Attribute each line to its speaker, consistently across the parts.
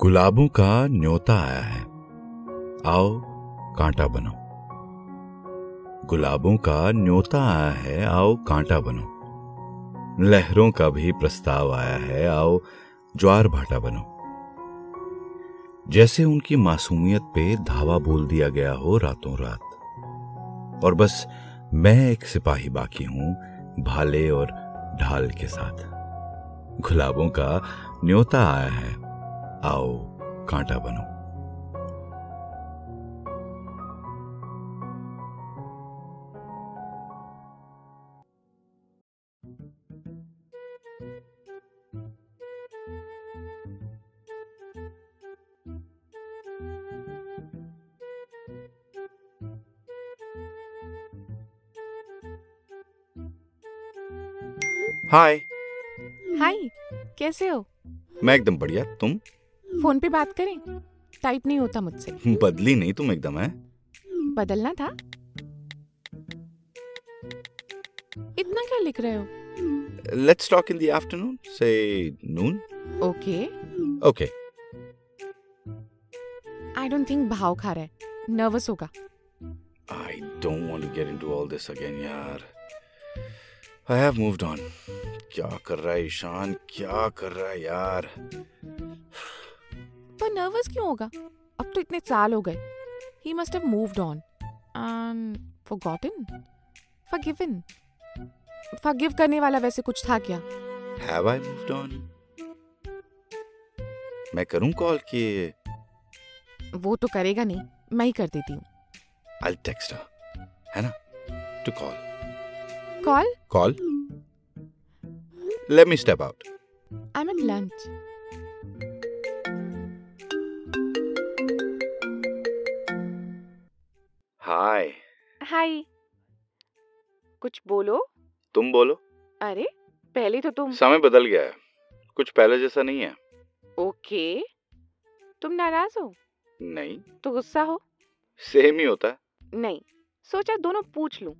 Speaker 1: गुलाबों का न्योता आया है आओ कांटा बनो गुलाबों का न्योता आया है आओ कांटा बनो लहरों का भी प्रस्ताव आया है आओ ज्वार भाटा बनो जैसे उनकी मासूमियत पे धावा बोल दिया गया हो रातों रात और बस मैं एक सिपाही बाकी हूं भाले और ढाल के साथ गुलाबों का न्योता आया है आओ कांटा बनो हाय
Speaker 2: हाय कैसे हो
Speaker 1: मैं एकदम बढ़िया तुम
Speaker 2: फोन पे बात करें टाइप नहीं होता मुझसे
Speaker 1: बदली नहीं तुम एकदम है
Speaker 2: बदलना था इतना क्या लिख रहे हो
Speaker 1: let's talk in the afternoon से noon
Speaker 2: okay
Speaker 1: okay
Speaker 2: I don't think भाव खा रहा है नर्वस होगा
Speaker 1: I don't want to get into all this again यार आई हैव मूव्ड ऑन क्या कर रहा है ईशान क्या कर रहा है यार
Speaker 2: पर नर्वस क्यों होगा अब तो इतने साल हो गए he must have moved on and forgotten forgiven forgive करने वाला वैसे कुछ था क्या
Speaker 1: हैव आई मूव्ड ऑन मैं करूं कॉल कि
Speaker 2: वो तो करेगा नहीं मैं ही कर देती हूँ
Speaker 1: आई टेक्स्ट हर है ना to call
Speaker 2: call
Speaker 1: call let me step out
Speaker 2: I am lunch
Speaker 1: hi
Speaker 2: hi कुछ बोलो
Speaker 1: तुम बोलो
Speaker 2: अरे पहले तो तुम
Speaker 1: समय बदल गया है कुछ पहले जैसा नहीं है
Speaker 2: ओके तुम नाराज हो
Speaker 1: नहीं
Speaker 2: तो गुस्सा हो
Speaker 1: सेम ही होता है
Speaker 2: नहीं सोचा दोनों पूछ लूं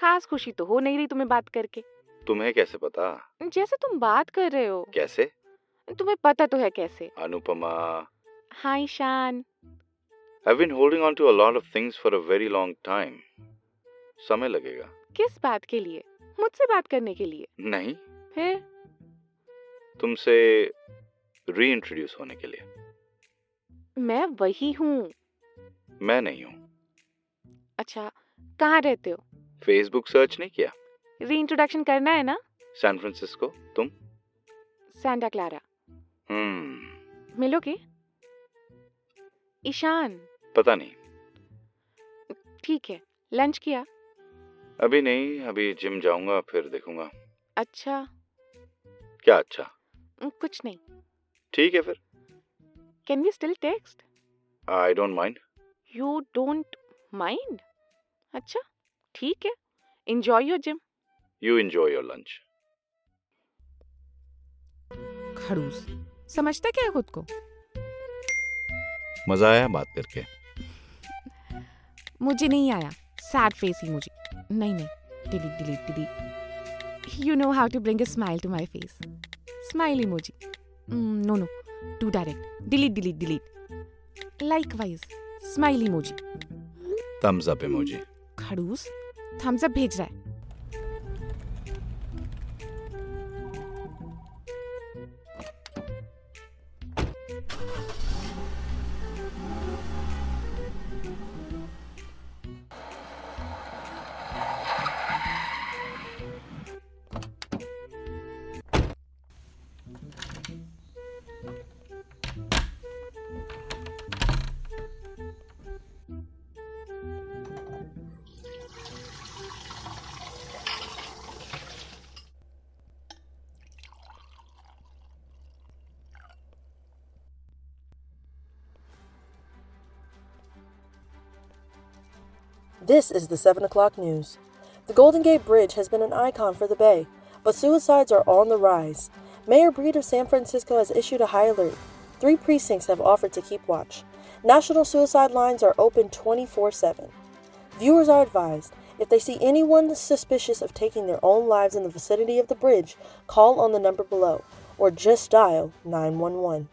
Speaker 2: खास खुशी तो हो नहीं रही तुम्हें बात करके
Speaker 1: तुम्हें कैसे पता
Speaker 2: जैसे तुम बात कर रहे हो
Speaker 1: कैसे
Speaker 2: तुम्हें पता तो है कैसे
Speaker 1: अनुपमा
Speaker 2: हाँ Ishaan
Speaker 1: I been holding on to a lot of things for a very long time समय लगेगा
Speaker 2: किस बात के लिए मुझसे बात करने के लिए
Speaker 1: नहीं
Speaker 2: फिर
Speaker 1: तुमसे रीइंट्रोड्यूस होने के लिए
Speaker 2: मैं वही हूँ
Speaker 1: मैं नहीं हूँ
Speaker 2: अच्छा कहाँ रहते हो
Speaker 1: फेसबुक सर्च नहीं किया
Speaker 2: री इंट्रोडक्शन करना है ना
Speaker 1: सैन फ्रांसिस्को तुम
Speaker 2: सैंटा क्लारा
Speaker 1: हम्म
Speaker 2: मिलोगे ईशान
Speaker 1: पता नहीं
Speaker 2: ठीक है लंच किया
Speaker 1: अभी नहीं अभी जिम जाऊंगा फिर देखूंगा
Speaker 2: अच्छा
Speaker 1: क्या अच्छा
Speaker 2: कुछ नहीं
Speaker 1: ठीक है फिर
Speaker 2: can we still text
Speaker 1: I don't mind
Speaker 2: you don't mind अच्छा ठीक है enjoy your gym
Speaker 1: you enjoy your lunch
Speaker 2: खड़ूस समझता क्या है खुद को
Speaker 1: मजा आया बात करके
Speaker 2: मुझे नहीं आया सैड फेस ही मुझे नहीं नहीं delete delete delete you know how to bring a smile to my face smile emoji no no too direct delete delete delete like wise smile emoji
Speaker 1: thumbs up emoji
Speaker 2: खड़ूस thumbs up भेज रहा है
Speaker 3: This is the 7 o'clock news. The Golden Gate Bridge has been an icon for the Bay, but suicides are on the rise. Mayor Breed of San Francisco has issued a high alert. Three precincts have offered to keep watch. National suicide lines are open 24 7. Viewers are advised if they see anyone suspicious of taking their own lives in the vicinity of the bridge, call on the number below or just dial 911.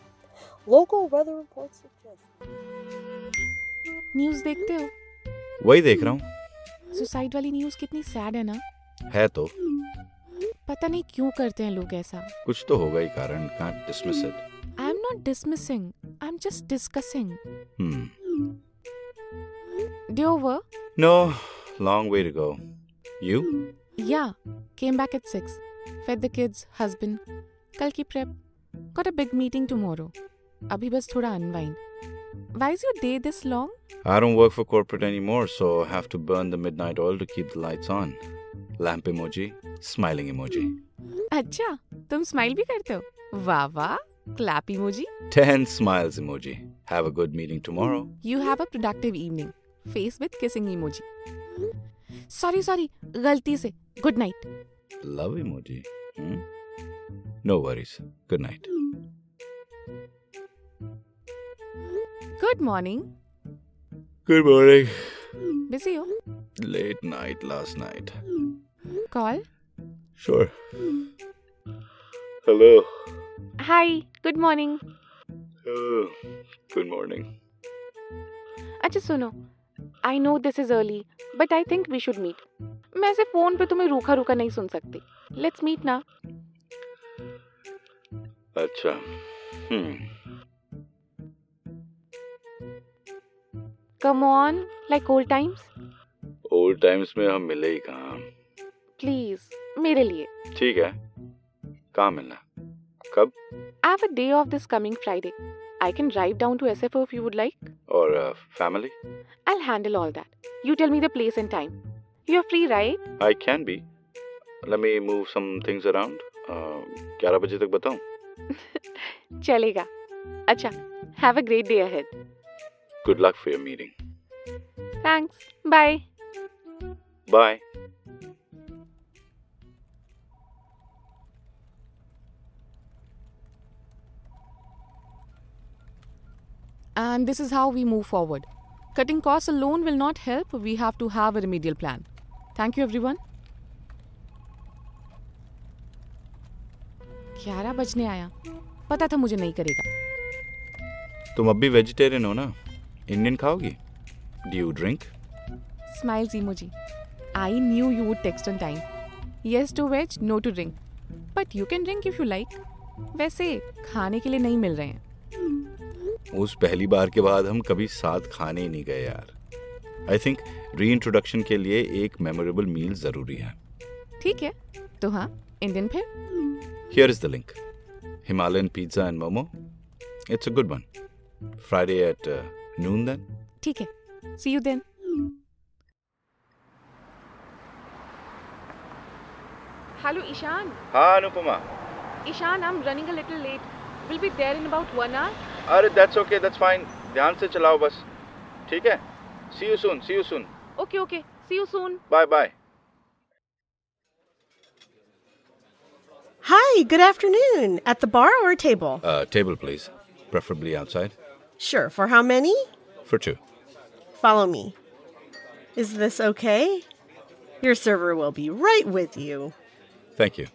Speaker 3: Local weather reports suggest.
Speaker 2: News देखते हो
Speaker 1: वही देख रहा हूँ
Speaker 2: suicide वाली news कितनी sad है ना
Speaker 1: है तो
Speaker 2: पता नहीं क्यों करते हैं लोग ऐसा
Speaker 1: कुछ तो होगा ही कारण can't dismiss it
Speaker 2: I am not dismissing I am just discussing
Speaker 1: hmm
Speaker 2: Dover,
Speaker 1: No, long way to go. You?
Speaker 2: yeah, came back at 6. Fed the kids, husband. कल की prep. Got a big meeting tomorrow. अभी बस थोड़ा unwind. Why is your day this long?
Speaker 1: I don't work for corporate anymore, so I have to burn the midnight oil to keep the lights on. Lamp emoji, smiling emoji.
Speaker 2: अच्छा, तुम smile भी करते हो? वाह वाह, clap emoji.
Speaker 1: 10 smiles emoji. Have a good meeting tomorrow.
Speaker 2: You have a productive evening. Face with kissing emoji. Sorry, sorry, गलती से. Good night.
Speaker 1: Love emoji. Hmm? No worries. Good night.
Speaker 2: Good morning.
Speaker 1: Good morning.
Speaker 2: Busy हो?
Speaker 1: Late night last night.
Speaker 2: Call.
Speaker 1: Sure. Hello.
Speaker 2: Hi. Good morning.
Speaker 1: Hello. Good morning.
Speaker 2: अच्छा सुनो I know this is early but I think we should meet मैं ऐसे फोन पे तुम्हें रूखा रूखा नहीं सुन सकती लेट्स मीट ना
Speaker 1: Acha. Hmm.
Speaker 2: Come on like old times
Speaker 1: Old times में हम मिले ही कहाँ
Speaker 2: प्लीज मेरे लिए
Speaker 1: ठीक है कहाँ मिलना कब
Speaker 2: I have a day off this coming Friday I can drive down to S F if you would like
Speaker 1: और family
Speaker 2: I handle all that you tell me the place and time you are free right
Speaker 1: I can be let me move some things around Uh, ग्यारह बजे तक बताऊँ
Speaker 2: चलेगा अच्छा have a great day ahead
Speaker 1: good luck for your meeting
Speaker 2: thanks bye
Speaker 1: bye
Speaker 2: And this is how we move forward. Cutting costs alone will not help. We have to have a remedial plan. Thank you, everyone. 11 बजने आया पता था मुझे नहीं करेगा
Speaker 1: तुम अब भी वेजिटेरियन हो ना इंडियन खाओगी do you drink
Speaker 2: smiles emoji I knew you would text on time yes to veg no to drink but you can drink if you like वैसे खाने के लिए नहीं मिल रहे हैं
Speaker 1: उस पहली बार के बाद हम कभी साथ खाने ही नहीं गए यार आई थिंक रीइंट्रोडक्शन के लिए एक मेमोरेबल मील जरूरी है
Speaker 2: ठीक है तो हाँ इंडियन फिर
Speaker 1: Here is the link Himalayan pizza and momo. It's a good one. Friday at uh, noon, then?
Speaker 2: ठीक है see you then hello Ishan
Speaker 1: हाँ Anupama
Speaker 2: Ishan I am running a little late will be there in about one hour
Speaker 1: अरे that's okay that's fine ध्यान से चलाओ बस ठीक है see you soon see you soon
Speaker 2: okay okay see you soon
Speaker 1: bye bye
Speaker 4: Hi, good afternoon. At the bar or table?
Speaker 1: uh, table please preferably outside
Speaker 4: Sure, for how many?
Speaker 1: for two
Speaker 4: Follow me. Is this okay? Your server will be right with you.
Speaker 1: thank you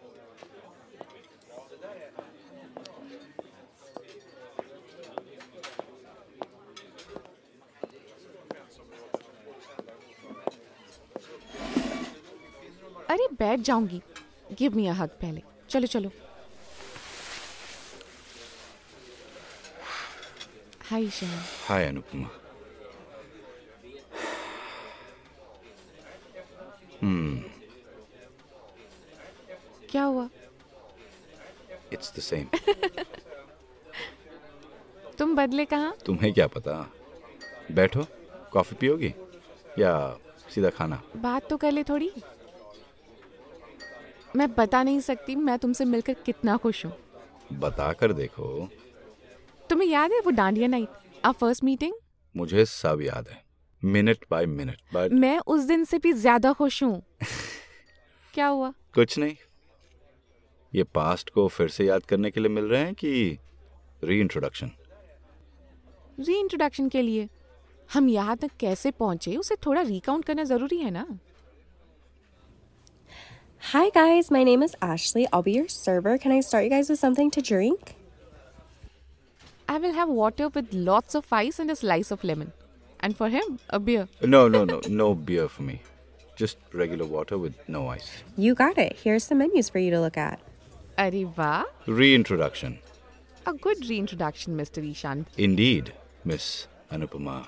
Speaker 2: अरे बैठ जाऊंगी give me अ हग पहले चलो चलो हाय Ishan
Speaker 1: hi Anupama
Speaker 2: क्या हुआ
Speaker 1: it's the same
Speaker 2: तुम बदले कहाँ
Speaker 1: तुम्हें क्या पता बैठो कॉफी पियोगी या सीधा खाना
Speaker 2: बात तो कर ले थोड़ी मैं बता नहीं सकती मैं तुमसे मिलकर कितना खुश हूँ
Speaker 1: बता कर देखो
Speaker 2: तुम्हें याद है वो dandiya night our first meeting
Speaker 1: मुझे सब याद है मिनट बाय मिनट बट
Speaker 2: मैं उस दिन से भी ज्यादा खुश हूँ क्या हुआ
Speaker 1: कुछ नहीं ये पास्ट को फिर से याद करने के लिए मिल रहे हैं कि री इंट्रोडक्शन
Speaker 2: री इंट्रोडक्शन के लिए हम यहाँ तक कैसे पहुंचे उसे थोड़ा रिकाउंट करना जरूरी है ना
Speaker 5: Hi, guys. My name is Ashley. I'll be your server. Can I start you guys with something to drink?
Speaker 2: I will have water with lots of ice and a slice of lemon. And for him, a beer.
Speaker 1: No, no, no, no beer for me. Just regular water with no ice.
Speaker 5: You got it. Here's some menus for you to look at.
Speaker 2: Arriva.
Speaker 1: Reintroduction.
Speaker 2: A good reintroduction, Mr. Ishan.
Speaker 1: Indeed, Miss Anupama.